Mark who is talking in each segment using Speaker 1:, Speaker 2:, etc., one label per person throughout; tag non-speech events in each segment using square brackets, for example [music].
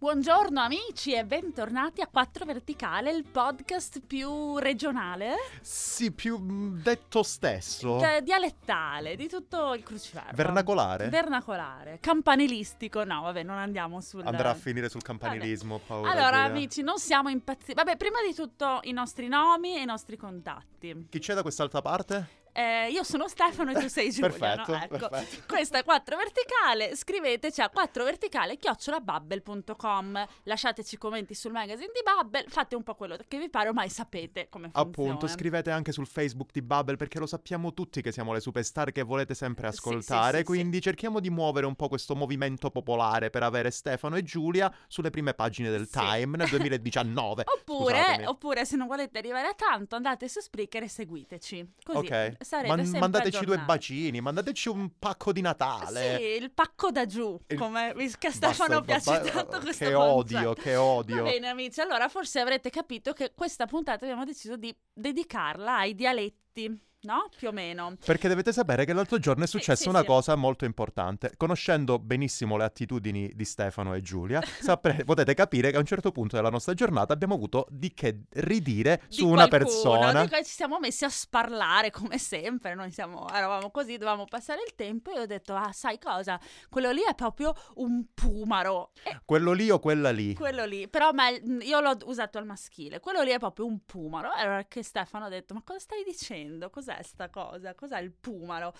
Speaker 1: Buongiorno amici e bentornati a 4 Verticale, il podcast più regionale,
Speaker 2: Sì, più mh, detto stesso.
Speaker 1: eh, dialettale, di tutto il cruciverba.
Speaker 2: Oh. Vernacolare.
Speaker 1: Vernacolare, campanilistico. No, vabbè, non andiamo sul
Speaker 2: Andrà a finire sul campanilismo, ho paura.
Speaker 1: Allora,
Speaker 2: Giulia.
Speaker 1: amici, non siamo impazziti. Vabbè, prima di tutto i nostri nomi e i nostri contatti.
Speaker 2: Chi c'è da quest'altra parte?
Speaker 1: Eh, io sono Stefano e tu sei Giulia.
Speaker 2: perfetto,
Speaker 1: no? Ecco.
Speaker 2: perfetto.
Speaker 1: Questa è 4 verticale, scriveteci a 4verticale chiocciolabubble.com. Lasciateci commenti sul magazine di Bubble, fate un po' quello che vi pare, ormai sapete come funziona.
Speaker 2: Appunto, scrivete anche sul Facebook di Bubble perché lo sappiamo tutti che siamo le superstar che volete sempre
Speaker 1: Sì, sì,
Speaker 2: ascoltare,
Speaker 1: sì, sì.
Speaker 2: quindi cerchiamo di muovere un po' questo movimento popolare per avere Stefano e Giulia sulle prime pagine del
Speaker 1: Sì. [laughs]
Speaker 2: Time nel 2019.
Speaker 1: Oppure,
Speaker 2: Scusatemi.
Speaker 1: oppure, se non volete arrivare a tanto, andate su Spreaker e seguiteci. Così
Speaker 2: ok.
Speaker 1: sarete
Speaker 2: Man-
Speaker 1: sempre
Speaker 2: mandateci due
Speaker 1: aggiornati.
Speaker 2: bacini, mandateci un pacco di Natale.
Speaker 1: Sì, il pacco da giù,
Speaker 2: Il-
Speaker 1: come mi- che a
Speaker 2: Basta-
Speaker 1: Stefano piace
Speaker 2: basta- eh,
Speaker 1: tanto questo
Speaker 2: Che
Speaker 1: concetto.
Speaker 2: odio, che odio.
Speaker 1: Va bene amici, allora forse avrete capito che questa puntata abbiamo deciso di dedicarla ai dialetti, no? Più o meno.
Speaker 2: Perché dovete sapere che l'altro giorno è
Speaker 1: Sì,
Speaker 2: successa
Speaker 1: sì,
Speaker 2: una
Speaker 1: sì.
Speaker 2: cosa molto importante. Conoscendo benissimo le attitudini di Stefano e Giulia,
Speaker 1: [laughs]
Speaker 2: sapre- potete capire che a un certo punto della nostra giornata abbiamo avuto di che ridire
Speaker 1: Di
Speaker 2: su una
Speaker 1: qualcuno,
Speaker 2: persona.
Speaker 1: di cui ci siamo messi a sparlare come sempre, noi siamo, eravamo così, dovevamo passare il tempo e ho detto, ah sai cosa, quello lì è proprio un pumaro. E
Speaker 2: Quello lì o quella lì.
Speaker 1: quello lì, però ma io l'ho usato al maschile, quello lì è proprio un pumaro. Allora che Stefano ha detto, ma cosa stai dicendo? Cos'è sta cosa? Cos'è il pumaro?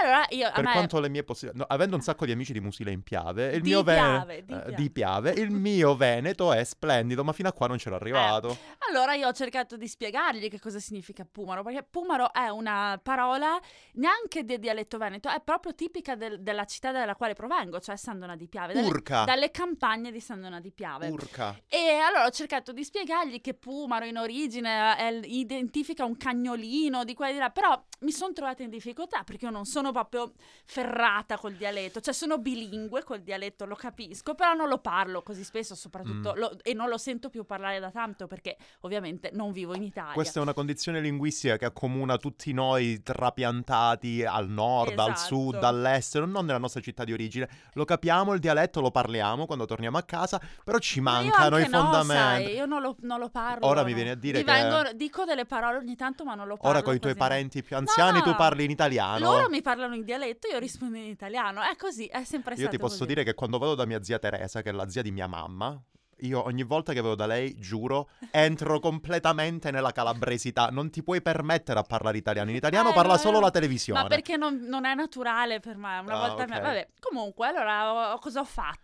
Speaker 1: Allora io... a
Speaker 2: per
Speaker 1: me-
Speaker 2: quanto le mie possibilità, avendo un sacco di amici di Musile in Piave, il
Speaker 1: Di
Speaker 2: mio ve-
Speaker 1: Piave, di
Speaker 2: eh,
Speaker 1: Piave.
Speaker 2: di Piave, il mio Veneto è splendido, ma fino a qua non c'ero arrivato.
Speaker 1: Eh, Allora io ho cercato di spiegargli che cosa significa pumaro, perché pumaro è una parola neanche del dialetto veneto, è proprio tipica del- della città dalla quale provengo, cioè Sandona di Piave, dalle,
Speaker 2: Urca,
Speaker 1: dalle campagne di Sandona di Piave.
Speaker 2: urca.
Speaker 1: e allora ho cercato di spiegargli che pumaro in origine è l- identifica un cagnolino di qua e di là, però mi sono trovata in difficoltà perché io non sono proprio ferrata col dialetto, cioè sono bilingue col dialetto, lo capisco, però non lo parlo così spesso, soprattutto
Speaker 2: Mm.
Speaker 1: lo- e non lo sento più parlare da tanto perché ovviamente non vivo in Italia.
Speaker 2: Questa è una condizione linguistica che accomuna tutti noi trapiantati al nord, al
Speaker 1: Esatto.
Speaker 2: sud, all'estero, non nella nostra città di origine. Lo capiamo, il dialetto lo parliamo quando torniamo a casa, però ci
Speaker 1: Ma io
Speaker 2: mancano i
Speaker 1: anche no,
Speaker 2: fondamenti.
Speaker 1: sai, io non lo, non lo parlo.
Speaker 2: Ora mi
Speaker 1: no.
Speaker 2: viene a dire
Speaker 1: Mi
Speaker 2: che-
Speaker 1: vengono- dico delle parole ogni tanto, ma non lo parlo.
Speaker 2: Ora con i tuoi
Speaker 1: quasi mai.
Speaker 2: parenti più anziani
Speaker 1: No,
Speaker 2: tu parli in italiano.
Speaker 1: Loro mi parlano in dialetto, io rispondo in italiano. È così, è sempre
Speaker 2: Io
Speaker 1: stato
Speaker 2: ti posso
Speaker 1: così.
Speaker 2: dire che quando vado da mia zia Teresa, che è la zia di mia mamma, io ogni volta che vado da lei, giuro,
Speaker 1: [laughs]
Speaker 2: entro completamente nella calabresità. Non ti puoi permettere a parlare italiano. In italiano
Speaker 1: Eh,
Speaker 2: parla
Speaker 1: no,
Speaker 2: solo
Speaker 1: io-
Speaker 2: la televisione.
Speaker 1: Ma perché non, non è naturale per me? Una
Speaker 2: Ah,
Speaker 1: volta
Speaker 2: ok.
Speaker 1: mi- Vabbè, comunque, allora ho- cosa ho fatto?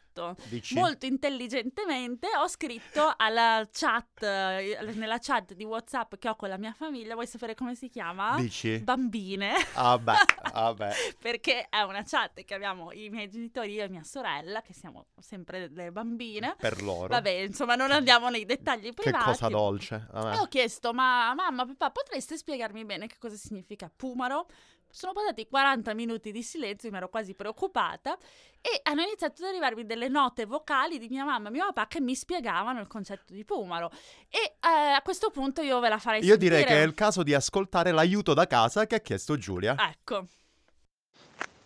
Speaker 2: Dici?
Speaker 1: Molto intelligentemente ho scritto alla chat, eh, nella chat di WhatsApp che ho con la mia famiglia. Vuoi sapere come si chiama?
Speaker 2: Dici?
Speaker 1: Bambine. [laughs]
Speaker 2: Ah beh, ah beh.
Speaker 1: perché è una chat che abbiamo i miei genitori, io e mia sorella, che siamo sempre delle bambine.
Speaker 2: per loro.
Speaker 1: Vabbè, insomma, non andiamo nei dettagli
Speaker 2: che
Speaker 1: privati.
Speaker 2: cosa dolce. vabbè.
Speaker 1: E ho chiesto, ma mamma, papà, potreste spiegarmi bene che cosa significa pumaro? Sono passati 40 minuti di silenzio, mi ero quasi preoccupata, e hanno iniziato ad arrivarmi delle note vocali di mia mamma e mio papà che mi spiegavano il concetto di pumaro. E eh, a questo punto io ve la farei
Speaker 2: Io
Speaker 1: sentire.
Speaker 2: direi che è il caso di ascoltare l'aiuto da casa che ha chiesto Giulia.
Speaker 1: Ecco,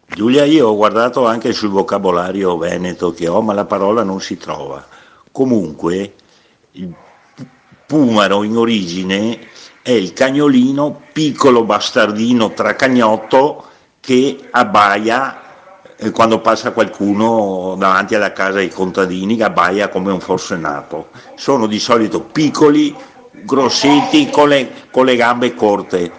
Speaker 3: Giulia, io ho guardato anche sul vocabolario veneto che ho, ma la parola non si trova. Comunque, il pu- pumaro in origine è il cagnolino, piccolo bastardino tracagnotto che abbaia eh, quando passa qualcuno davanti alla casa dei contadini, che abbaia come un forsenato. Sono di solito piccoli, grossetti, con le- con le gambe corte.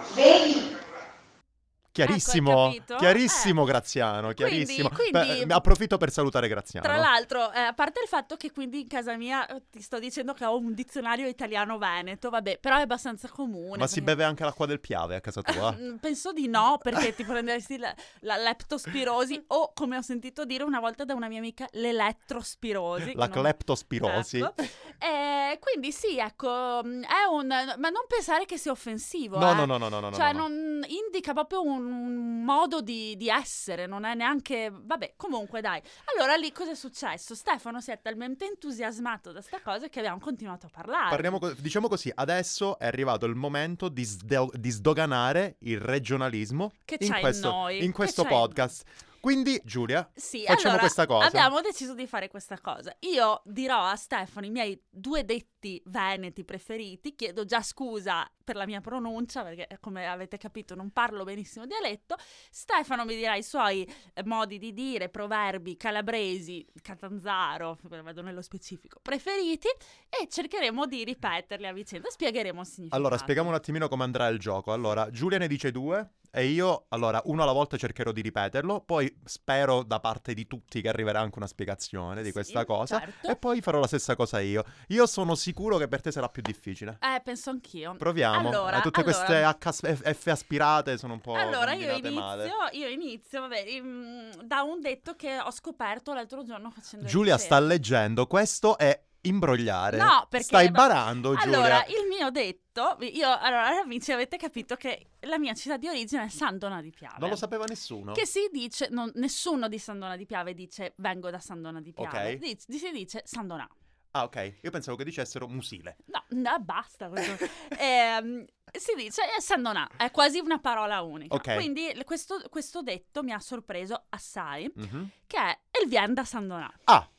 Speaker 2: Chiarissimo,
Speaker 1: capito?
Speaker 2: chiarissimo
Speaker 1: Eh.
Speaker 2: Graziano,
Speaker 1: Quindi-
Speaker 2: chiarissimo.
Speaker 1: quindi-
Speaker 2: Beh, approfitto per salutare Graziano.
Speaker 1: tra l'altro, eh, a parte il fatto che quindi in casa mia eh, ti sto dicendo che ho un dizionario italiano-veneto, vabbè, però è abbastanza comune.
Speaker 2: Ma si
Speaker 1: perché-
Speaker 2: beve anche l'acqua del Piave a casa tua?
Speaker 1: Mm, Penso di [laughs] no, perché ti prenderesti la, la leptospirosi o, come ho sentito dire una volta da una mia amica, l'elettrospirosi.
Speaker 2: La
Speaker 1: che non-
Speaker 2: cleptospirosi.
Speaker 1: Ecco. Eh, quindi sì, ecco, mm, è un... Ma non pensare che sia offensivo.
Speaker 2: No,
Speaker 1: eh.
Speaker 2: no, no, no, no, no.
Speaker 1: Cioè,
Speaker 2: no, no.
Speaker 1: non indica proprio un, un modo di, di essere, non è neanche. Vabbè, comunque dai. Allora lì cosa è successo? Stefano si è talmente entusiasmato da sta cosa che abbiamo continuato a parlare.
Speaker 2: Parliamo co- diciamo così, adesso è arrivato il momento di, sdo- di sdoganare il regionalismo
Speaker 1: Che
Speaker 2: in
Speaker 1: c'è in
Speaker 2: questo,
Speaker 1: noi?
Speaker 2: in
Speaker 1: Che
Speaker 2: questo
Speaker 1: c'è in noi?
Speaker 2: podcast. Quindi, Giulia,
Speaker 1: Sì,
Speaker 2: facciamo
Speaker 1: allora,
Speaker 2: questa cosa.
Speaker 1: Abbiamo deciso di fare questa cosa. Io dirò a Stefano i miei due detti veneti preferiti. Chiedo già scusa per la mia pronuncia, perché eh, come avete capito non parlo benissimo dialetto. Stefano mi dirà i suoi eh, modi di dire, proverbi calabresi, catanzaro, vado nello specifico, preferiti e cercheremo di ripeterli a vicenda. Spiegheremo il significato.
Speaker 2: Allora, spieghiamo un attimino come andrà il gioco. Allora, Giulia ne dice due e io, allora, uno alla volta cercherò di ripeterlo, poi spero da parte di tutti che arriverà anche una spiegazione di
Speaker 1: Sì,
Speaker 2: questa cosa
Speaker 1: certo.
Speaker 2: e poi farò la stessa cosa io. Io sono sicuro che per te sarà più difficile.
Speaker 1: Eh, penso anch'io.
Speaker 2: Proviamo.
Speaker 1: Allora,
Speaker 2: Eh, tutte
Speaker 1: allora.
Speaker 2: queste H as- F aspirate sono un po'
Speaker 1: Allora io
Speaker 2: combinate
Speaker 1: inizio,
Speaker 2: male.
Speaker 1: io inizio, vabbè, im- da un detto che ho scoperto l'altro giorno facendo
Speaker 2: Giulia sta
Speaker 1: ricerche.
Speaker 2: leggendo, questo è imbrogliare.
Speaker 1: No, perché
Speaker 2: Stai
Speaker 1: no.
Speaker 2: barando, Giulia.
Speaker 1: Allora, il mio detto, io allora amici avete capito che la mia città di origine è Sandona di Piave.
Speaker 2: Non lo sapeva nessuno.
Speaker 1: eh, Che si dice, non- nessuno di Sandona di Piave dice vengo da Sandona di Piave,
Speaker 2: Ok.
Speaker 1: Dic- si dice Sandona.
Speaker 2: Ah, ok. Io pensavo che
Speaker 1: [laughs]
Speaker 2: dicessero musile.
Speaker 1: No, no, basta questo.
Speaker 2: [laughs]
Speaker 1: Ehm, si dice eh, Sandonà, è quasi una parola unica.
Speaker 2: Ok.
Speaker 1: Quindi l- questo, questo detto mi ha sorpreso assai,
Speaker 2: Mhm.
Speaker 1: che è il vien da Sandonà.
Speaker 2: Ah.
Speaker 1: Eh,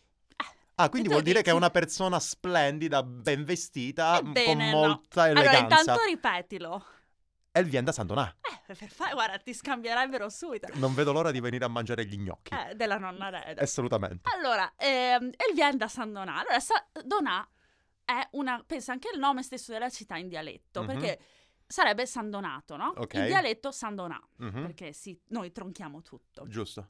Speaker 2: Ah, quindi
Speaker 1: tu
Speaker 2: vuol dire
Speaker 1: dici-
Speaker 2: che è una persona splendida, ben vestita, m-
Speaker 1: Ebbene,
Speaker 2: con
Speaker 1: no.
Speaker 2: molta
Speaker 1: Allora,
Speaker 2: eleganza.
Speaker 1: intanto ripetilo.
Speaker 2: E il vien da Sandonà.
Speaker 1: Eh, per fare, guarda, ti scambierebbero subito.
Speaker 2: Non vedo l'ora di venire a mangiare gli gnocchi.
Speaker 1: Eh, della nonna Reda.
Speaker 2: Assolutamente.
Speaker 1: Allora, ehm, il vien da San Donà. Allora, San Donà è una... pensa anche il nome stesso della città in dialetto,
Speaker 2: Mhm.
Speaker 1: perché sarebbe San Donato, no?
Speaker 2: Ok.
Speaker 1: In dialetto San Donà,
Speaker 2: Mhm.
Speaker 1: Ah, perché sì, noi tronchiamo tutto.
Speaker 2: Giusto.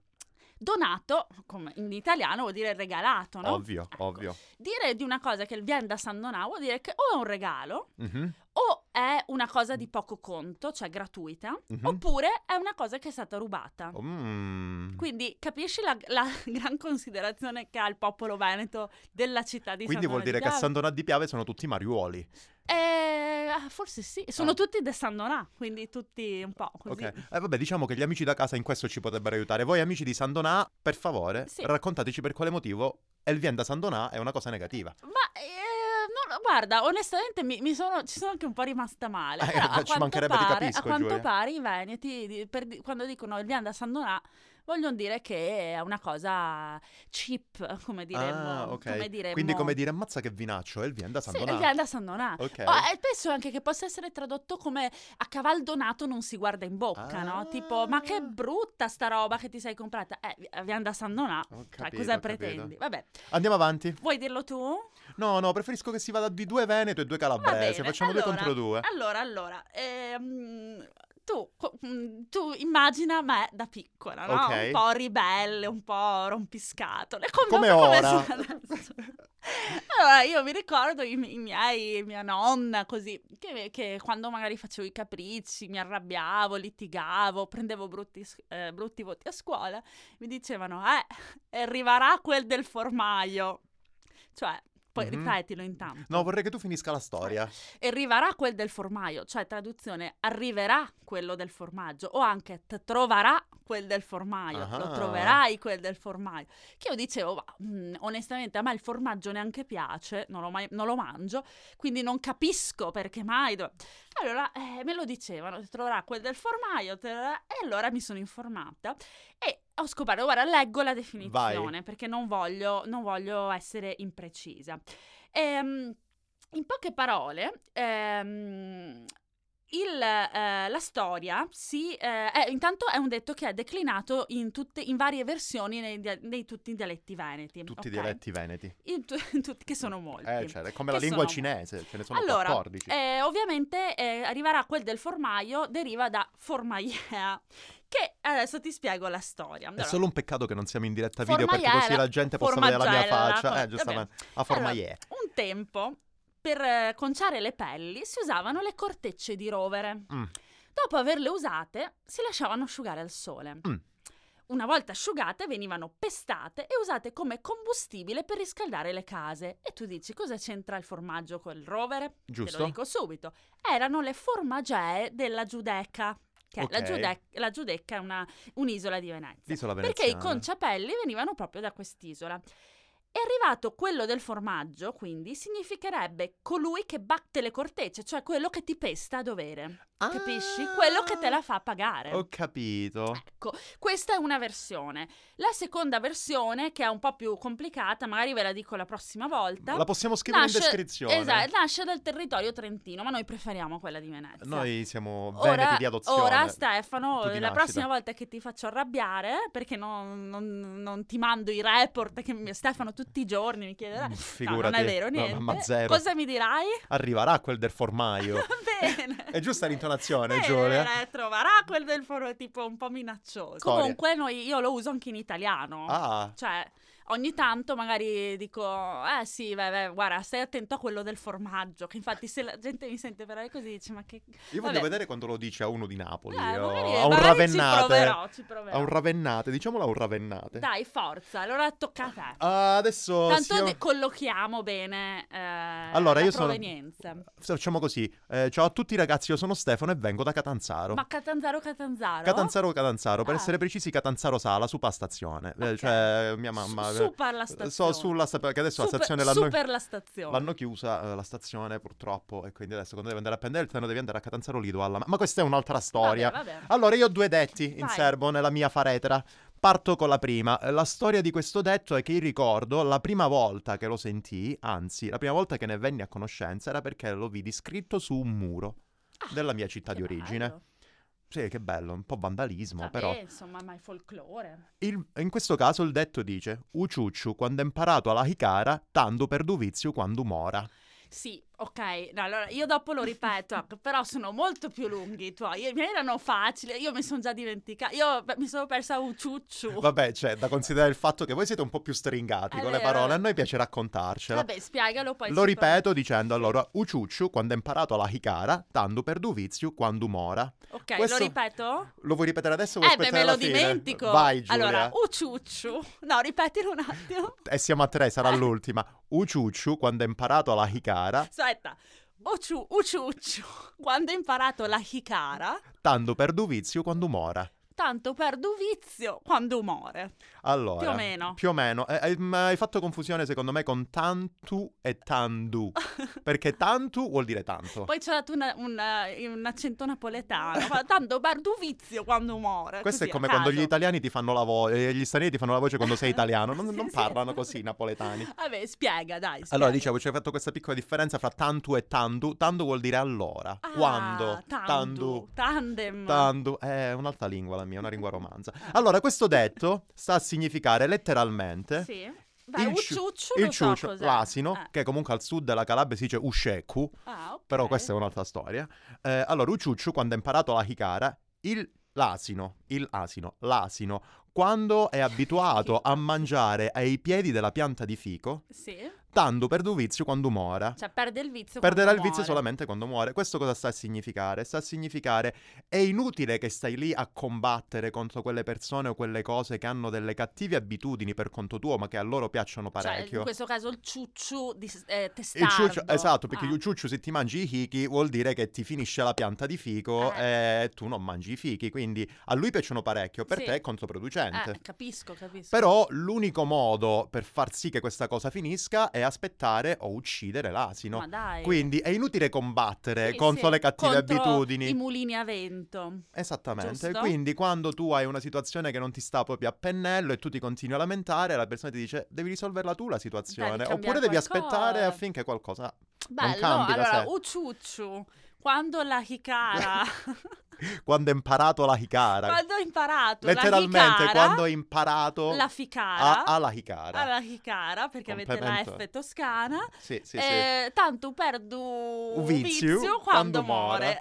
Speaker 1: Donato, come in italiano, vuol dire regalato, no?
Speaker 2: Ovvio,
Speaker 1: Ecco.
Speaker 2: ovvio.
Speaker 1: Dire di una cosa che il vien da San Donà vuol dire che o è un regalo,
Speaker 2: Mhm.
Speaker 1: o è una cosa di poco conto, cioè gratuita,
Speaker 2: Mhm.
Speaker 1: oppure è una cosa che è stata rubata.
Speaker 2: Oh, mm.
Speaker 1: Ecco. Quindi capisci la, la [laughs] gran considerazione che ha il popolo veneto della città di
Speaker 2: Quindi
Speaker 1: San
Speaker 2: vuol dire che a Sandonà di Piave sono tutti mariuoli.
Speaker 1: Eh, forse sì, sono
Speaker 2: Ah.
Speaker 1: tutti de San Donà, quindi tutti un po' così.
Speaker 2: Ok. Eh, vabbè, diciamo che gli amici da casa in questo ci potrebbero aiutare. Voi amici di Sandonà, per favore,
Speaker 1: Sì.
Speaker 2: raccontateci per quale motivo il vien da Sandonà è una cosa negativa.
Speaker 1: Ma eh, non lo- guarda, onestamente mi, mi sono, ci sono anche un po' rimasta male.
Speaker 2: Eh,
Speaker 1: Però a
Speaker 2: ci
Speaker 1: quanto
Speaker 2: mancherebbe, ti
Speaker 1: pare-
Speaker 2: capisco,
Speaker 1: A quanto
Speaker 2: Giulia.
Speaker 1: pare i veneti, di- per di- quando dicono il vian da San Donà, vogliono dire che è una cosa cheap, come diremmo.
Speaker 2: Ah, ok.
Speaker 1: come diremmo-
Speaker 2: Quindi come dire, ammazza che vinaccio, è il vien da
Speaker 1: Sì,
Speaker 2: Sandonà.
Speaker 1: il vian da San Donà.
Speaker 2: Ok.
Speaker 1: Oh, e penso anche che possa essere tradotto come a caval donato non si guarda in bocca, no? Tipo, ma che
Speaker 2: Ah.
Speaker 1: brutta sta roba che ti sei comprata. Eh, vian da San Donà.
Speaker 2: Ho
Speaker 1: Cioè,
Speaker 2: capito,
Speaker 1: cosa
Speaker 2: ho capito.
Speaker 1: pretendi? Vabbè,
Speaker 2: Andiamo avanti.
Speaker 1: vuoi dirlo tu?
Speaker 2: No, no, preferisco che si vada di due Veneto e due
Speaker 1: Va bene,
Speaker 2: Calabrese. Facciamo due
Speaker 1: allora- ah,
Speaker 2: contro due.
Speaker 1: Allora, allora, ehm, tu, co- mm, tu immagina me da piccola, no?
Speaker 2: Ok.
Speaker 1: Un po' ribelle, un po' rompiscatole. Come,
Speaker 2: Come
Speaker 1: come
Speaker 2: ora.
Speaker 1: sono adesso. [laughs] allora, io mi ricordo i, mi- i miei, mia nonna, così, che, che quando magari facevo i capricci, mi arrabbiavo, litigavo, prendevo brutti, s- eh, brutti voti a scuola, mi dicevano, eh, arriverà quel del formaio. Cioè, poi
Speaker 2: Mhm.
Speaker 1: ripetilo intanto.
Speaker 2: No, vorrei che tu finisca la storia.
Speaker 1: E arriverà quel del formaio, cioè traduzione arriverà quello del formaggio o anche t- troverà quel del formaio,
Speaker 2: Ah.
Speaker 1: lo troverai quel del formaio. Che io dicevo, "Ma, mm, onestamente a me il formaggio neanche piace, non lo, mai- non lo mangio, quindi non capisco perché mai... do-". Allora eh, me lo dicevano, troverà quel del formaio, troverà- e allora mi sono informata e ho scoperto, guarda, leggo la definizione perché non voglio, non voglio essere imprecisa. Ehm, in poche parole, ehm, il, eh, la storia si, eh, è- intanto è un detto che è declinato in, tutte, in varie versioni nei, dia- nei tutti i dialetti veneti.
Speaker 2: Tutti i
Speaker 1: ok?
Speaker 2: dialetti veneti.
Speaker 1: In tu- [laughs] in tutti, che sono molti.
Speaker 2: Eh, cioè, è come
Speaker 1: Che
Speaker 2: la lingua
Speaker 1: sono-
Speaker 2: cinese, ce ne sono
Speaker 1: Allora,
Speaker 2: 14.
Speaker 1: eh, ovviamente eh, arriverà quel del formaio, deriva da formaiea, che adesso ti spiego la storia.
Speaker 2: È
Speaker 1: Allora,
Speaker 2: solo un peccato che non siamo in diretta video perché
Speaker 1: Formaiera,
Speaker 2: così la gente possa vedere la mia
Speaker 1: formaggella,
Speaker 2: faccia.
Speaker 1: com-
Speaker 2: Eh, giustamente. A
Speaker 1: Allora,
Speaker 2: formaiere.
Speaker 1: un tempo per eh, conciare le pelli si usavano le cortecce di rovere.
Speaker 2: Mm.
Speaker 1: Dopo averle usate, si lasciavano asciugare al sole.
Speaker 2: Mm.
Speaker 1: Una volta asciugate, venivano pestate e usate come combustibile per riscaldare le case. E tu dici cosa c'entra il formaggio col rovere? Te
Speaker 2: Giusto.
Speaker 1: lo dico subito. Erano le formagee della Giudeca. Che la,
Speaker 2: Ok.
Speaker 1: Giude- la Giudecca è una- un'isola di Venezia.
Speaker 2: L'isola
Speaker 1: Perché
Speaker 2: veneziana.
Speaker 1: i conciapelli venivano proprio da quest'isola. È arrivato quello del formaggio, quindi significherebbe colui che batte le cortecce, cioè quello che ti pesta a dovere. Capisci? Quello che
Speaker 2: Ah,
Speaker 1: te la fa pagare.
Speaker 2: Ho capito.
Speaker 1: Ecco, questa è una versione. La seconda versione, che è un po' più complicata, magari ve la dico la prossima volta.
Speaker 2: La possiamo scrivere in descrizione.
Speaker 1: esatto, nasce dal territorio trentino, ma noi preferiamo quella di Venezia.
Speaker 2: Noi siamo
Speaker 1: Ora,
Speaker 2: veneti di adozione.
Speaker 1: ora, Stefano,
Speaker 2: Tu di
Speaker 1: la
Speaker 2: nascita.
Speaker 1: prossima volta che ti faccio arrabbiare, perché non, non- non ti mando i report che mi- Stefano tutti i giorni mi chiederà.
Speaker 2: Mm,
Speaker 1: No,
Speaker 2: Figurati.
Speaker 1: non è vero
Speaker 2: No,
Speaker 1: niente.
Speaker 2: ma zero.
Speaker 1: Cosa mi dirai?
Speaker 2: Arriverà quel
Speaker 1: [laughs]
Speaker 2: del formaio.
Speaker 1: Bene.
Speaker 2: [laughs] È giusta l'intonazione,
Speaker 1: Bene,
Speaker 2: Giulia.
Speaker 1: eh, troverà quel del foro tipo un po' minaccioso.
Speaker 2: Storia.
Speaker 1: Comunque noi- io lo uso anche in italiano.
Speaker 2: Ah,
Speaker 1: Cioè, ogni tanto magari dico, eh sì, beh, beh, guarda, stai attento a quello del formaggio, che infatti se la gente mi sente parlare così dice, ma che...
Speaker 2: io voglio
Speaker 1: Vabbè.
Speaker 2: vedere quando lo dice a uno di Napoli.
Speaker 1: Eh,
Speaker 2: o
Speaker 1: magari-
Speaker 2: a un
Speaker 1: magari
Speaker 2: ravennate.
Speaker 1: Ci proverò, ci proverò.
Speaker 2: A un ravennate, diciamolo a un ravennate.
Speaker 1: Dai, forza, allora tocca a te.
Speaker 2: Ah, adesso
Speaker 1: Tanto
Speaker 2: sia-
Speaker 1: ne- collochiamo bene eh,
Speaker 2: Allora,
Speaker 1: la
Speaker 2: io sono-
Speaker 1: provenienza.
Speaker 2: facciamo così. Eh, ciao a tutti ragazzi, io sono Stefano e vengo da Catanzaro.
Speaker 1: Ma Catanzaro Catanzaro?
Speaker 2: Catanzaro Catanzaro, per
Speaker 1: Ah.
Speaker 2: essere precisi Catanzaro Sala, su pa stazione. Eh,
Speaker 1: Ok.
Speaker 2: Cioè, mia mamma eh,
Speaker 1: Su, su per la stazione.
Speaker 2: So sulla sta- perché adesso
Speaker 1: Super-
Speaker 2: la stazione l'hanno
Speaker 1: super la stazione.
Speaker 2: L'hanno chiusa eh, la stazione purtroppo e quindi adesso quando devi andare a prendere il treno devi andare a Catanzaro Lido alla... Ma questa è un'altra storia.
Speaker 1: Vabbè, vabbè.
Speaker 2: Allora io ho due detti in
Speaker 1: Vai.
Speaker 2: serbo nella mia faretera. Parto con la prima. La storia di questo detto è che io ricordo la prima volta che lo sentii, anzi la prima volta che ne venni a conoscenza era perché lo vidi scritto su un muro
Speaker 1: Ah,
Speaker 2: della mia città
Speaker 1: che
Speaker 2: di origine.
Speaker 1: bello.
Speaker 2: Sì, che bello, un po' vandalismo,
Speaker 1: Vabbè,
Speaker 2: però
Speaker 1: insomma, ma è folklore.
Speaker 2: il- in questo caso il detto dice: "Uciucciu quando è imparato alla hicara, tanto per duvizio quando mora".
Speaker 1: Sì, ok. no, allora io dopo lo
Speaker 2: [laughs]
Speaker 1: ripeto, ecco, però sono molto più lunghi i tuoi. I miei erano facili, io mi sono già dimenticata. Io beh, mi sono persa un ciucciu.
Speaker 2: Vabbè, cioè, da considerare il fatto che voi siete un po' più stringati
Speaker 1: È
Speaker 2: con le
Speaker 1: vero,
Speaker 2: parole,
Speaker 1: è
Speaker 2: a noi piace raccontarcela.
Speaker 1: Vabbè, spiegalo poi.
Speaker 2: Lo
Speaker 1: ci
Speaker 2: ripeto dicendo allora, Uciucciu quando ha imparato alla hicara, tanto per duvizio quando mora.
Speaker 1: provo- Ok,
Speaker 2: questo-
Speaker 1: lo ripeto?
Speaker 2: Lo vuoi ripetere adesso o vuoi
Speaker 1: Eh, beh,
Speaker 2: aspettare
Speaker 1: me lo
Speaker 2: alla fine?
Speaker 1: dimentico.
Speaker 2: Vai, Giulia.
Speaker 1: Allora, uciucciu. No, ripetilo un attimo.
Speaker 2: E siamo a tre,
Speaker 1: [laughs]
Speaker 2: sarà l'ultima. Uciucciu quando ha imparato alla hicara,
Speaker 1: Aspetta. Uciu, uciucciu. Quando ho imparato la hicara,
Speaker 2: tanto per duvizio quando mora.
Speaker 1: tanto perdo vizio quando
Speaker 2: [laughs]
Speaker 1: muore.
Speaker 2: Allora,
Speaker 1: Più o meno.
Speaker 2: più o meno. Eh, eh, ma hai fatto confusione secondo me con tantu e
Speaker 1: [laughs]
Speaker 2: tandu, perché tantu vuol dire tanto.
Speaker 1: Poi ci ha dato una- un, eh, un accento napoletano. ma Tanto barduvizio quando muore.
Speaker 2: Questo è
Speaker 1: così, a
Speaker 2: come quando
Speaker 1: caso.
Speaker 2: gli italiani ti fanno la voce, gli stranieri ti fanno la voce quando
Speaker 1: [laughs]
Speaker 2: sei italiano, non,
Speaker 1: Sì,
Speaker 2: non
Speaker 1: sì.
Speaker 2: parlano
Speaker 1: [laughs]
Speaker 2: così i napoletani.
Speaker 1: Vabbè, spiega, dai. Spiega.
Speaker 2: Allora, dicevo, ci hai fatto questa piccola differenza fra tantu e tandu. Tandu vuol dire allora,
Speaker 1: Ah,
Speaker 2: quando,
Speaker 1: tandu,
Speaker 2: tandu,
Speaker 1: tandem.
Speaker 2: tandu. È un'altra lingua la mia, una lingua romanza. Allora, questo detto sta a significare letteralmente
Speaker 1: Sì. Beh, il
Speaker 2: ciu-
Speaker 1: uciucciu
Speaker 2: il
Speaker 1: lo so
Speaker 2: ciuccio,
Speaker 1: cos'è.
Speaker 2: l'asino,
Speaker 1: Ah,
Speaker 2: che comunque al sud della Calabria si dice usceku,
Speaker 1: ah, ok.
Speaker 2: però questa è un'altra storia. Eh, allora, Uciucciu, quando ha imparato la hicara, il- l'asino, il asino, l'asino, quando è abituato a mangiare ai piedi della pianta di fico,
Speaker 1: Sì.
Speaker 2: tanto perde un vizio quando muora.
Speaker 1: Cioè, perde il vizio
Speaker 2: Perderà il
Speaker 1: quando
Speaker 2: vizio
Speaker 1: muore.
Speaker 2: solamente quando muore. Questo cosa sta a significare? Sta a significare è inutile che stai lì a combattere contro quelle persone o quelle cose che hanno delle cattive abitudini per conto tuo, ma che a loro piacciono
Speaker 1: Cioè,
Speaker 2: parecchio.
Speaker 1: in questo caso il ciucciu di eh, testardo.
Speaker 2: Il ciuccio, esatto, perché
Speaker 1: Ah.
Speaker 2: gli ucciuccio se ti mangi i fichi vuol dire che ti finisce la pianta di fico e tu non mangi i fichi, quindi a lui piacciono parecchio, per
Speaker 1: Eh. Sì.
Speaker 2: te è controproducente.
Speaker 1: Eh, capisco, capisco.
Speaker 2: Però l'unico modo per far sì che questa cosa finisca è aspettare o uccidere l'asino.
Speaker 1: Ma dai.
Speaker 2: Quindi è inutile combattere
Speaker 1: Sì,
Speaker 2: contro
Speaker 1: sì,
Speaker 2: le cattive
Speaker 1: contro
Speaker 2: abitudini.
Speaker 1: I mulini a vento.
Speaker 2: Esattamente,
Speaker 1: Giusto?
Speaker 2: quindi quando tu hai una situazione che non ti sta proprio a pennello e tu ti continui a lamentare, la persona ti dice devi risolverla tu la situazione,
Speaker 1: cambiare
Speaker 2: oppure devi
Speaker 1: qualcosa.
Speaker 2: aspettare affinché qualcosa... [laughs]
Speaker 1: Bello,
Speaker 2: cambi da
Speaker 1: allora,
Speaker 2: sé.
Speaker 1: Uciucciu, quando la
Speaker 2: [laughs]
Speaker 1: Hikara,
Speaker 2: Quando hai imparato la hicara,
Speaker 1: quando ho imparato la
Speaker 2: letteralmente
Speaker 1: Hikara,
Speaker 2: quando hai imparato
Speaker 1: la
Speaker 2: a-
Speaker 1: Ficara,
Speaker 2: alla hicara.
Speaker 1: alla Hikara, perché avete la
Speaker 2: Complemento.
Speaker 1: F toscana,
Speaker 2: Sì, sì, sì.
Speaker 1: eh, tanto perdo un
Speaker 2: vizio
Speaker 1: vizio quando,
Speaker 2: quando
Speaker 1: muore.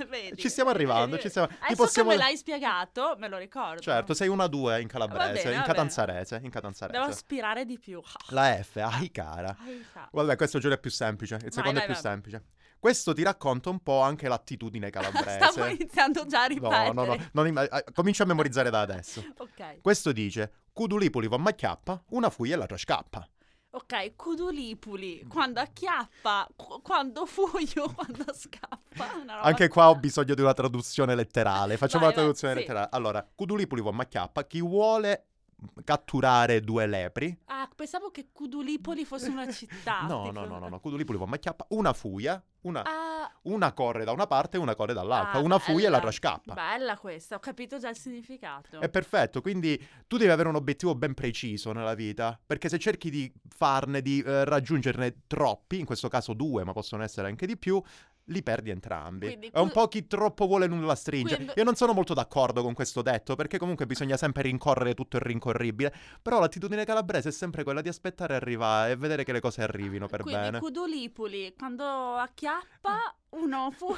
Speaker 1: Eh, [laughs] vedi?
Speaker 2: Ci stiamo arrivando,
Speaker 1: Vedi?
Speaker 2: ci stiamo... ti
Speaker 1: Adesso
Speaker 2: possiamo-
Speaker 1: che me l'hai spiegato, me lo ricordo.
Speaker 2: Certo, sei una 2 in calabrese,
Speaker 1: Va bene, va
Speaker 2: in
Speaker 1: bene.
Speaker 2: catanzarese, in catanzarese.
Speaker 1: Devo aspirare di più. [laughs]
Speaker 2: cioè. La F, Ahikara.
Speaker 1: Ahikara.
Speaker 2: Vabbè, questo giro è più semplice, il secondo
Speaker 1: vai,
Speaker 2: è più
Speaker 1: vai.
Speaker 2: semplice. Questo ti racconta un po' anche
Speaker 1: [laughs]
Speaker 2: l'attitudine calabrese.
Speaker 1: Stavo iniziando già a ripetere.
Speaker 2: cioè. No, no, no, non imma- eh, comincio a memorizzare da adesso.
Speaker 1: Ok.
Speaker 2: Questo dice, Cudulipuli va macchiappa, una fuia e l'altra scappa.
Speaker 1: Ok,
Speaker 2: Mm.
Speaker 1: cudulipuli, quando acchiappa, qu- quando fuio, [laughs] quando scappa. una roba-
Speaker 2: Anche qua ho bisogno di
Speaker 1: [laughs]
Speaker 2: una traduzione letterale, facciamo
Speaker 1: Ah, Vai,
Speaker 2: la traduzione
Speaker 1: vai, sì.
Speaker 2: letterale. Allora, Cudulipuli va macchiappa, chi vuole catturare due lepri.
Speaker 1: Ah, pensavo che Cudulipoli fosse una città.
Speaker 2: [laughs] No,
Speaker 1: tipo.
Speaker 2: no, no, no, no. Cudulipoli va a macchiappa. Una fuia, una,
Speaker 1: Ah,
Speaker 2: una corre da una parte e una corre dall'altra.
Speaker 1: ah,
Speaker 2: una fuia e
Speaker 1: bella.
Speaker 2: l'altra scappa.
Speaker 1: Bella questa, ho capito già il significato.
Speaker 2: È perfetto, quindi tu devi avere un obiettivo ben preciso nella vita, perché se cerchi di farne, di eh, raggiungerne troppi, in questo caso due, ma possono essere anche di più, li perdi entrambi.
Speaker 1: Quindi
Speaker 2: È un
Speaker 1: tu-
Speaker 2: po' chi troppo vuole nulla stringe.
Speaker 1: Quindi-
Speaker 2: Io non sono molto d'accordo con questo detto, perché comunque bisogna sempre rincorrere tutto il rincorribile, però l'attitudine calabrese è sempre quella di aspettare arrivare e vedere che le cose arrivino per
Speaker 1: Quindi
Speaker 2: bene. Eh.
Speaker 1: Cudulipoli, quando acchiappa, uno
Speaker 2: [laughs]
Speaker 1: fu...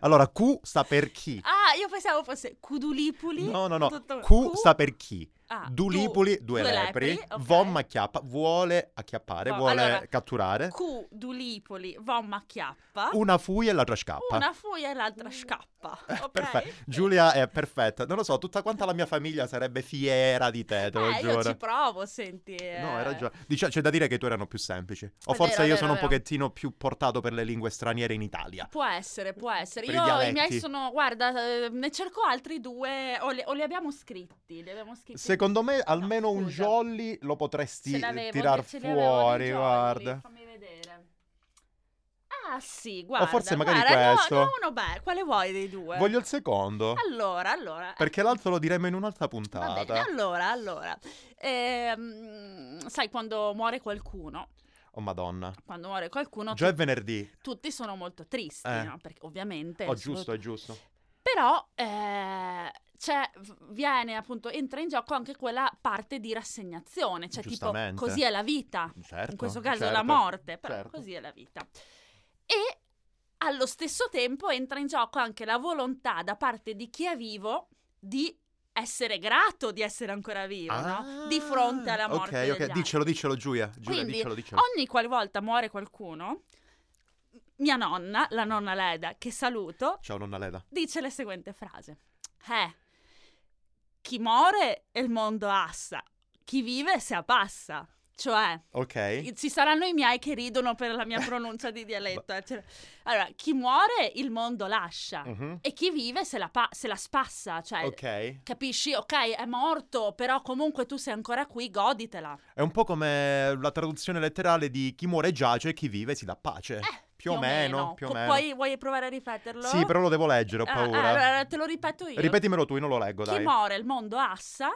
Speaker 2: Allora, Q sta per chi?
Speaker 1: Ah, io pensavo fosse Cudulipuli.
Speaker 2: No, no, no.
Speaker 1: tutto-
Speaker 2: Q sta per chi?
Speaker 1: ah,
Speaker 2: Dulipoli,
Speaker 1: du-
Speaker 2: due, lepri,
Speaker 1: ok.
Speaker 2: Vom acchiappa, vuole acchiappare,
Speaker 1: Vom-
Speaker 2: vuole
Speaker 1: allora,
Speaker 2: catturare,
Speaker 1: Q, Dulipoli, Vom acchiappa.
Speaker 2: una fuia e l'altra scappa. [laughs]
Speaker 1: Una fuia e l'altra scappa. ok?
Speaker 2: Eh, Perfetto, Giulia è perfetta. Non lo so, tutta quanta la mia famiglia sarebbe fiera di te, te lo
Speaker 1: Eh,
Speaker 2: giuro.
Speaker 1: io ci provo, senti. eh.
Speaker 2: No, hai ragione. Dice- c'è da dire che i tuoi erano più semplici. O
Speaker 1: È
Speaker 2: forse
Speaker 1: vero,
Speaker 2: io
Speaker 1: è
Speaker 2: sono un
Speaker 1: vero, è vero.
Speaker 2: pochettino più portato per le lingue straniere in Italia.
Speaker 1: Può essere, può essere.
Speaker 2: Per i
Speaker 1: Io i miei
Speaker 2: dialetti.
Speaker 1: sono, guarda, eh, ne cerco altri due, o li, o li abbiamo scritti, li abbiamo scritti.
Speaker 2: Secondo me almeno un
Speaker 1: scusa.
Speaker 2: jolly lo potresti
Speaker 1: Ce l'avevo,
Speaker 2: tirar
Speaker 1: ce li avevo dei
Speaker 2: fuori,
Speaker 1: jolly,
Speaker 2: guarda.
Speaker 1: Fammi vedere. Ah sì, guarda.
Speaker 2: forse magari
Speaker 1: guarda, no,
Speaker 2: questo.
Speaker 1: No, uno bello, quale vuoi dei due?
Speaker 2: Voglio il secondo,
Speaker 1: Allora, allora. eh,
Speaker 2: perché l'altro lo diremo in un'altra
Speaker 1: Va
Speaker 2: puntata.
Speaker 1: bene, allora, allora. Ehm, sai, quando muore qualcuno,
Speaker 2: Oh madonna.
Speaker 1: quando muore qualcuno,
Speaker 2: Già è
Speaker 1: tu-
Speaker 2: venerdì.
Speaker 1: tutti sono molto tristi,
Speaker 2: Eh.
Speaker 1: no? Perché ovviamente...
Speaker 2: Oh,
Speaker 1: soprattutto-
Speaker 2: giusto, è giusto.
Speaker 1: Però eh, c'è, viene appunto, entra in gioco anche quella parte di rassegnazione, cioè tipo
Speaker 2: Giustamente.
Speaker 1: così è la vita,
Speaker 2: Certo.
Speaker 1: in questo caso
Speaker 2: certo.
Speaker 1: la morte, però
Speaker 2: certo.
Speaker 1: così è la vita. E allo stesso tempo entra in gioco anche la volontà da parte di chi è vivo di essere grato di essere ancora vivo, no? Di fronte alla
Speaker 2: Ah,
Speaker 1: morte.
Speaker 2: Ok,
Speaker 1: degli
Speaker 2: ok,
Speaker 1: altri.
Speaker 2: dicelo, dicelo Giulia, Giulia,
Speaker 1: Quindi,
Speaker 2: dicelo, dicelo.
Speaker 1: Ogni qualvolta muore qualcuno, mia nonna, la nonna Leda, che saluto,
Speaker 2: Ciao nonna Leda.
Speaker 1: dice la seguente frase. Eh, chi muore e il mondo assa, chi vive se apassa. Cioè,
Speaker 2: Ok.
Speaker 1: ci saranno i miei che ridono per
Speaker 2: [laughs]
Speaker 1: la mia pronuncia di dialetto. eh, cioè- allora, chi muore il mondo lascia
Speaker 2: Mhm.
Speaker 1: e chi vive se la, pa- se la spassa. Cioè,
Speaker 2: Ok. È
Speaker 1: capisci? Ok, è morto, però comunque tu sei ancora qui, goditela.
Speaker 2: un po' come la traduzione letterale di chi muore giace e chi vive si dà pace.
Speaker 1: Eh,
Speaker 2: più o meno, più o
Speaker 1: Co-
Speaker 2: meno.
Speaker 1: Poi vuoi provare a ripeterlo?
Speaker 2: Sì, però lo devo leggere, ho
Speaker 1: Ah,
Speaker 2: paura.
Speaker 1: ah, allora te lo ripeto io.
Speaker 2: Ripetimelo tu, io non lo leggo,
Speaker 1: Chi
Speaker 2: dai.
Speaker 1: muore il mondo assa,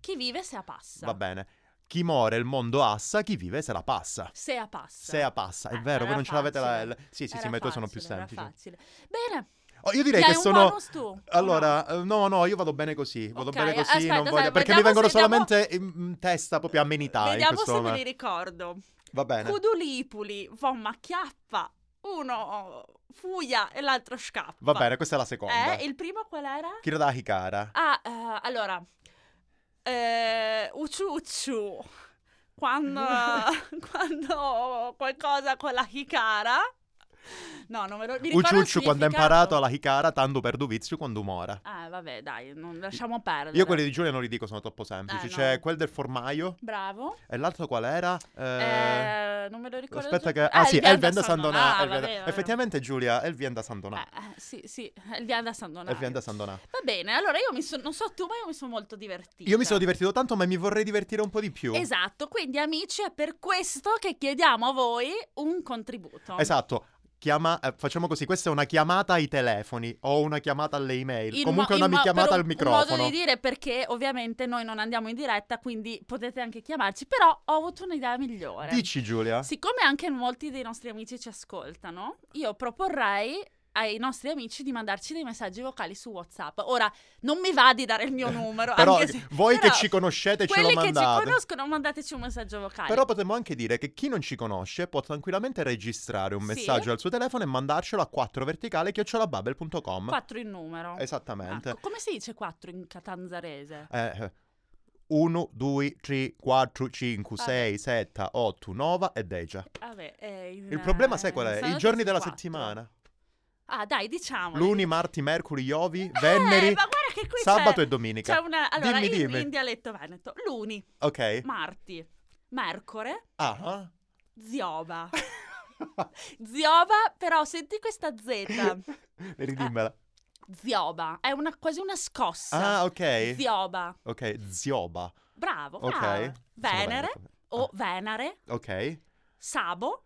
Speaker 1: chi vive se apassa.
Speaker 2: Va bene. Chi muore il mondo assa, chi vive se la passa.
Speaker 1: Se apassa.
Speaker 2: Se la passa, è
Speaker 1: Eh,
Speaker 2: vero, voi
Speaker 1: era
Speaker 2: non ce l'avete la
Speaker 1: facile.
Speaker 2: L. Sì, sì, sì,
Speaker 1: Era
Speaker 2: ma i tuoi sono più
Speaker 1: facile, Cioè, era
Speaker 2: semplici.
Speaker 1: facile. Bene,
Speaker 2: Oh, io direi
Speaker 1: Dai,
Speaker 2: che
Speaker 1: un
Speaker 2: sono.
Speaker 1: bonus tu, o
Speaker 2: Allora, eh, no, no, io vado bene così. Vado
Speaker 1: Ok,
Speaker 2: bene così.
Speaker 1: aspetta,
Speaker 2: non voglio...
Speaker 1: aspetta,
Speaker 2: Perché mi vengono
Speaker 1: vediamo se- vediamo-
Speaker 2: solamente in, in testa proprio amenità in
Speaker 1: vediamo
Speaker 2: questo
Speaker 1: se me
Speaker 2: momento.
Speaker 1: li ricordo.
Speaker 2: Va bene.
Speaker 1: Cudulipuli, Vomma Chiappa, uno fuia e l'altro scappa.
Speaker 2: Va bene, questa è la seconda.
Speaker 1: Eh, il primo qual era?
Speaker 2: Kirada Hikara.
Speaker 1: Ah, eh, allora, eh, Ucciu Ucciu,
Speaker 2: [laughs]
Speaker 1: quando, quando qualcosa con la Hikara... No, non me lo mi ricordo il
Speaker 2: Ucciucciu quando ha imparato
Speaker 1: significato.
Speaker 2: alla Hikara, tanto perdo vizio quando mora.
Speaker 1: Ah, vabbè, dai, non lasciamo perdere.
Speaker 2: Io quelli di Giulia non li dico, sono troppo semplici.
Speaker 1: Eh, no.
Speaker 2: C'è quel del formaio
Speaker 1: Bravo.
Speaker 2: e l'altro qual era? Eh,
Speaker 1: Eh, non me lo ricordo.
Speaker 2: Aspetta
Speaker 1: già-
Speaker 2: che... Ah
Speaker 1: il
Speaker 2: sì,
Speaker 1: Vian
Speaker 2: Elvien da
Speaker 1: San Ah,
Speaker 2: San
Speaker 1: Donà,
Speaker 2: Donà. Elvien da-
Speaker 1: vabbè, vabbè.
Speaker 2: Effettivamente Giulia, Elvien da San Donà.
Speaker 1: Eh, eh, sì, sì, il Vian da San Donà.
Speaker 2: Elvien da San Donà.
Speaker 1: Va bene, allora io mi sono, non so tu, ma io mi sono molto divertita.
Speaker 2: Io mi sono divertito tanto, ma mi vorrei divertire un po' di più.
Speaker 1: Esatto, quindi amici è per questo che chiediamo a voi un contributo.
Speaker 2: Esatto. Chiama, eh, facciamo così, questa è una chiamata ai telefoni o una chiamata alle email,
Speaker 1: In
Speaker 2: comunque è
Speaker 1: mo-
Speaker 2: una
Speaker 1: in mo-
Speaker 2: chiamata
Speaker 1: per un-
Speaker 2: al
Speaker 1: Un modo di
Speaker 2: microfono.
Speaker 1: dire perché ovviamente noi non andiamo in diretta, quindi potete anche chiamarci, però ho avuto un'idea migliore.
Speaker 2: Dici eh? Giulia,
Speaker 1: Siccome anche molti dei nostri amici ci ascoltano, io proporrei ai nostri amici di mandarci dei messaggi vocali su WhatsApp. Ora, non mi va di dare il
Speaker 2: [laughs]
Speaker 1: mio numero,
Speaker 2: però
Speaker 1: anche se-
Speaker 2: voi
Speaker 1: però
Speaker 2: che ci conoscete ce lo
Speaker 1: Quelli che ci
Speaker 2: mandate.
Speaker 1: conoscono, mandateci un messaggio vocale.
Speaker 2: Però potremmo anche dire che chi non ci conosce può tranquillamente registrare un
Speaker 1: Sì.
Speaker 2: messaggio al suo telefono e mandarcelo a 4 verticale chiocciolabubble.com.
Speaker 1: 4 in numero.
Speaker 2: Esattamente. Eh,
Speaker 1: Ah, co- come si dice 4 in catanzarese?
Speaker 2: 1, 2, 3, 4, 5,
Speaker 1: Vabbè.
Speaker 2: 6, 7, 8, 9 e 10.
Speaker 1: Vabbè, eh, in-
Speaker 2: Il problema sai qual
Speaker 1: eh,
Speaker 2: è?
Speaker 1: sono
Speaker 2: I giorni
Speaker 1: tutti
Speaker 2: della
Speaker 1: quattro.
Speaker 2: settimana.
Speaker 1: Ah, dai, diciamo.
Speaker 2: Luni, marti, mercuri, iovi,
Speaker 1: Eh,
Speaker 2: veneri,
Speaker 1: ma guarda che qui c'è-
Speaker 2: sabato e domenica.
Speaker 1: C'è una allora
Speaker 2: Dimmi,
Speaker 1: in,
Speaker 2: dimmi.
Speaker 1: in dialetto veneto, luni,
Speaker 2: Ok.
Speaker 1: marti, mercore,
Speaker 2: Ah, ah.
Speaker 1: zioba.
Speaker 2: [laughs]
Speaker 1: Zioba, però senti questa Z.
Speaker 2: Ridimmela.
Speaker 1: zioba, è una- quasi una scossa.
Speaker 2: Ah, ok.
Speaker 1: Zioba.
Speaker 2: Ok, zioba.
Speaker 1: Bravo,
Speaker 2: Ok.
Speaker 1: bravo.
Speaker 2: Sono
Speaker 1: Venere
Speaker 2: veneto.
Speaker 1: o Venere,
Speaker 2: Ok,
Speaker 1: Sabo,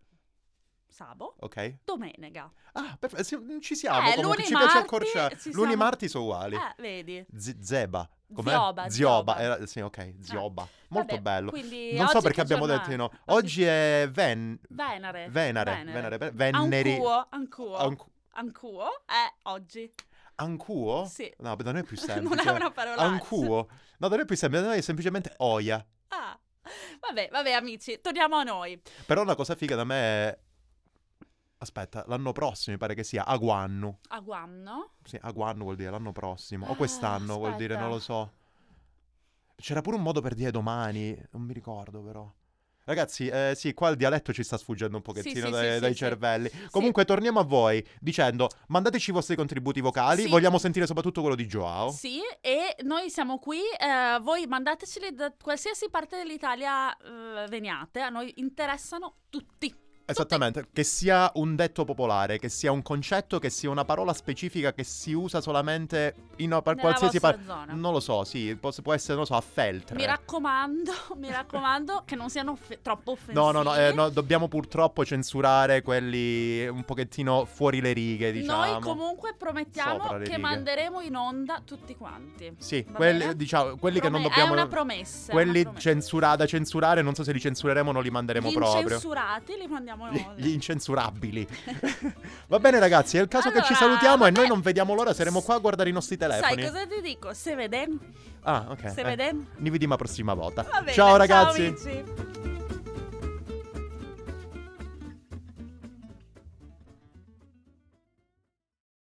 Speaker 1: Sabo,
Speaker 2: ok.
Speaker 1: Domenega.
Speaker 2: Ah, perfetto, sì, ci siamo.
Speaker 1: Eh,
Speaker 2: comunque,
Speaker 1: luni
Speaker 2: ci piace
Speaker 1: marti,
Speaker 2: accorciare.
Speaker 1: ci
Speaker 2: Luni e
Speaker 1: siamo.
Speaker 2: marti sono uguali.
Speaker 1: Eh, vedi.
Speaker 2: Z- zeba. Com'è?
Speaker 1: Zioba,
Speaker 2: Zioba.
Speaker 1: zioba.
Speaker 2: era- sì, ok, zioba. Molto
Speaker 1: Vabbè,
Speaker 2: bello.
Speaker 1: quindi
Speaker 2: Non so
Speaker 1: oggi
Speaker 2: perché
Speaker 1: che
Speaker 2: abbiamo
Speaker 1: giornata?
Speaker 2: detto di no.
Speaker 1: Oggi-
Speaker 2: Oggi è ven...
Speaker 1: Venere.
Speaker 2: Venere. Venere. per- Veneri.
Speaker 1: Ancuo, ancuo.
Speaker 2: Ancu-
Speaker 1: Ancuo è eh, oggi.
Speaker 2: Ancuo?
Speaker 1: Sì.
Speaker 2: No, da noi è più semplice.
Speaker 1: [laughs] non è una parola.
Speaker 2: Ancuo. No, da noi è più semplice. Da noi è semplicemente oia.
Speaker 1: Ah. Vabbè, vabbè amici, torniamo a noi.
Speaker 2: Però una cosa figa da me è... Aspetta, l'anno prossimo mi pare che sia Aguannu.
Speaker 1: A Guamno.
Speaker 2: Sì, Aguannu vuol dire l'anno prossimo. O
Speaker 1: Ah,
Speaker 2: quest'anno vuol dire,
Speaker 1: aspetta.
Speaker 2: non lo so. C'era pure un modo per dire domani, non mi ricordo però. Ragazzi, eh, sì, qua il dialetto ci sta sfuggendo un pochettino
Speaker 1: sì,
Speaker 2: dai,
Speaker 1: sì,
Speaker 2: dai
Speaker 1: sì,
Speaker 2: cervelli. Comunque torniamo a voi dicendo mandateci i vostri contributi vocali,
Speaker 1: Sì.
Speaker 2: vogliamo sentire soprattutto quello di Joao.
Speaker 1: Sì, e noi siamo qui, eh, voi mandateceli da qualsiasi parte dell'Italia eh, veniate, a noi interessano tutti.
Speaker 2: Esattamente, che sia un detto popolare, che sia un concetto, che sia una parola specifica che si usa solamente in no- per
Speaker 1: Nella
Speaker 2: qualsiasi
Speaker 1: vostra
Speaker 2: parte.
Speaker 1: zona.
Speaker 2: Non lo so, sì, può, può essere, non lo so, a feltre.
Speaker 1: Mi raccomando, [laughs] mi raccomando che non siano offe- troppo offensivi.
Speaker 2: No, no, no, eh, no, dobbiamo purtroppo censurare quelli un pochettino fuori le righe, diciamo.
Speaker 1: Noi comunque promettiamo
Speaker 2: Sopra
Speaker 1: che
Speaker 2: le righe.
Speaker 1: manderemo in onda tutti quanti.
Speaker 2: Sì,
Speaker 1: Va
Speaker 2: quelli,
Speaker 1: bene?
Speaker 2: diciamo, quelli che non
Speaker 1: Prome-
Speaker 2: dobbiamo...
Speaker 1: È una promessa. è
Speaker 2: quelli
Speaker 1: una promessa.
Speaker 2: censura- da censurare, non so se li censureremo o non li manderemo
Speaker 1: Gli
Speaker 2: proprio.
Speaker 1: incensurati li mandiamo in
Speaker 2: Gli,
Speaker 1: onda.
Speaker 2: gli incensurabili. [laughs] Va bene ragazzi, è il caso che ci
Speaker 1: Allora,
Speaker 2: salutiamo e noi
Speaker 1: vabbè.
Speaker 2: non vediamo l'ora, saremo qua a guardare i nostri telefoni.
Speaker 1: Sai cosa ti dico? Se vedem,
Speaker 2: Ah, ok.
Speaker 1: se
Speaker 2: eh.
Speaker 1: vedem.
Speaker 2: Ne vediamo la prossima volta.
Speaker 1: Va bene,
Speaker 2: ciao ragazzi.
Speaker 1: Ciao amici.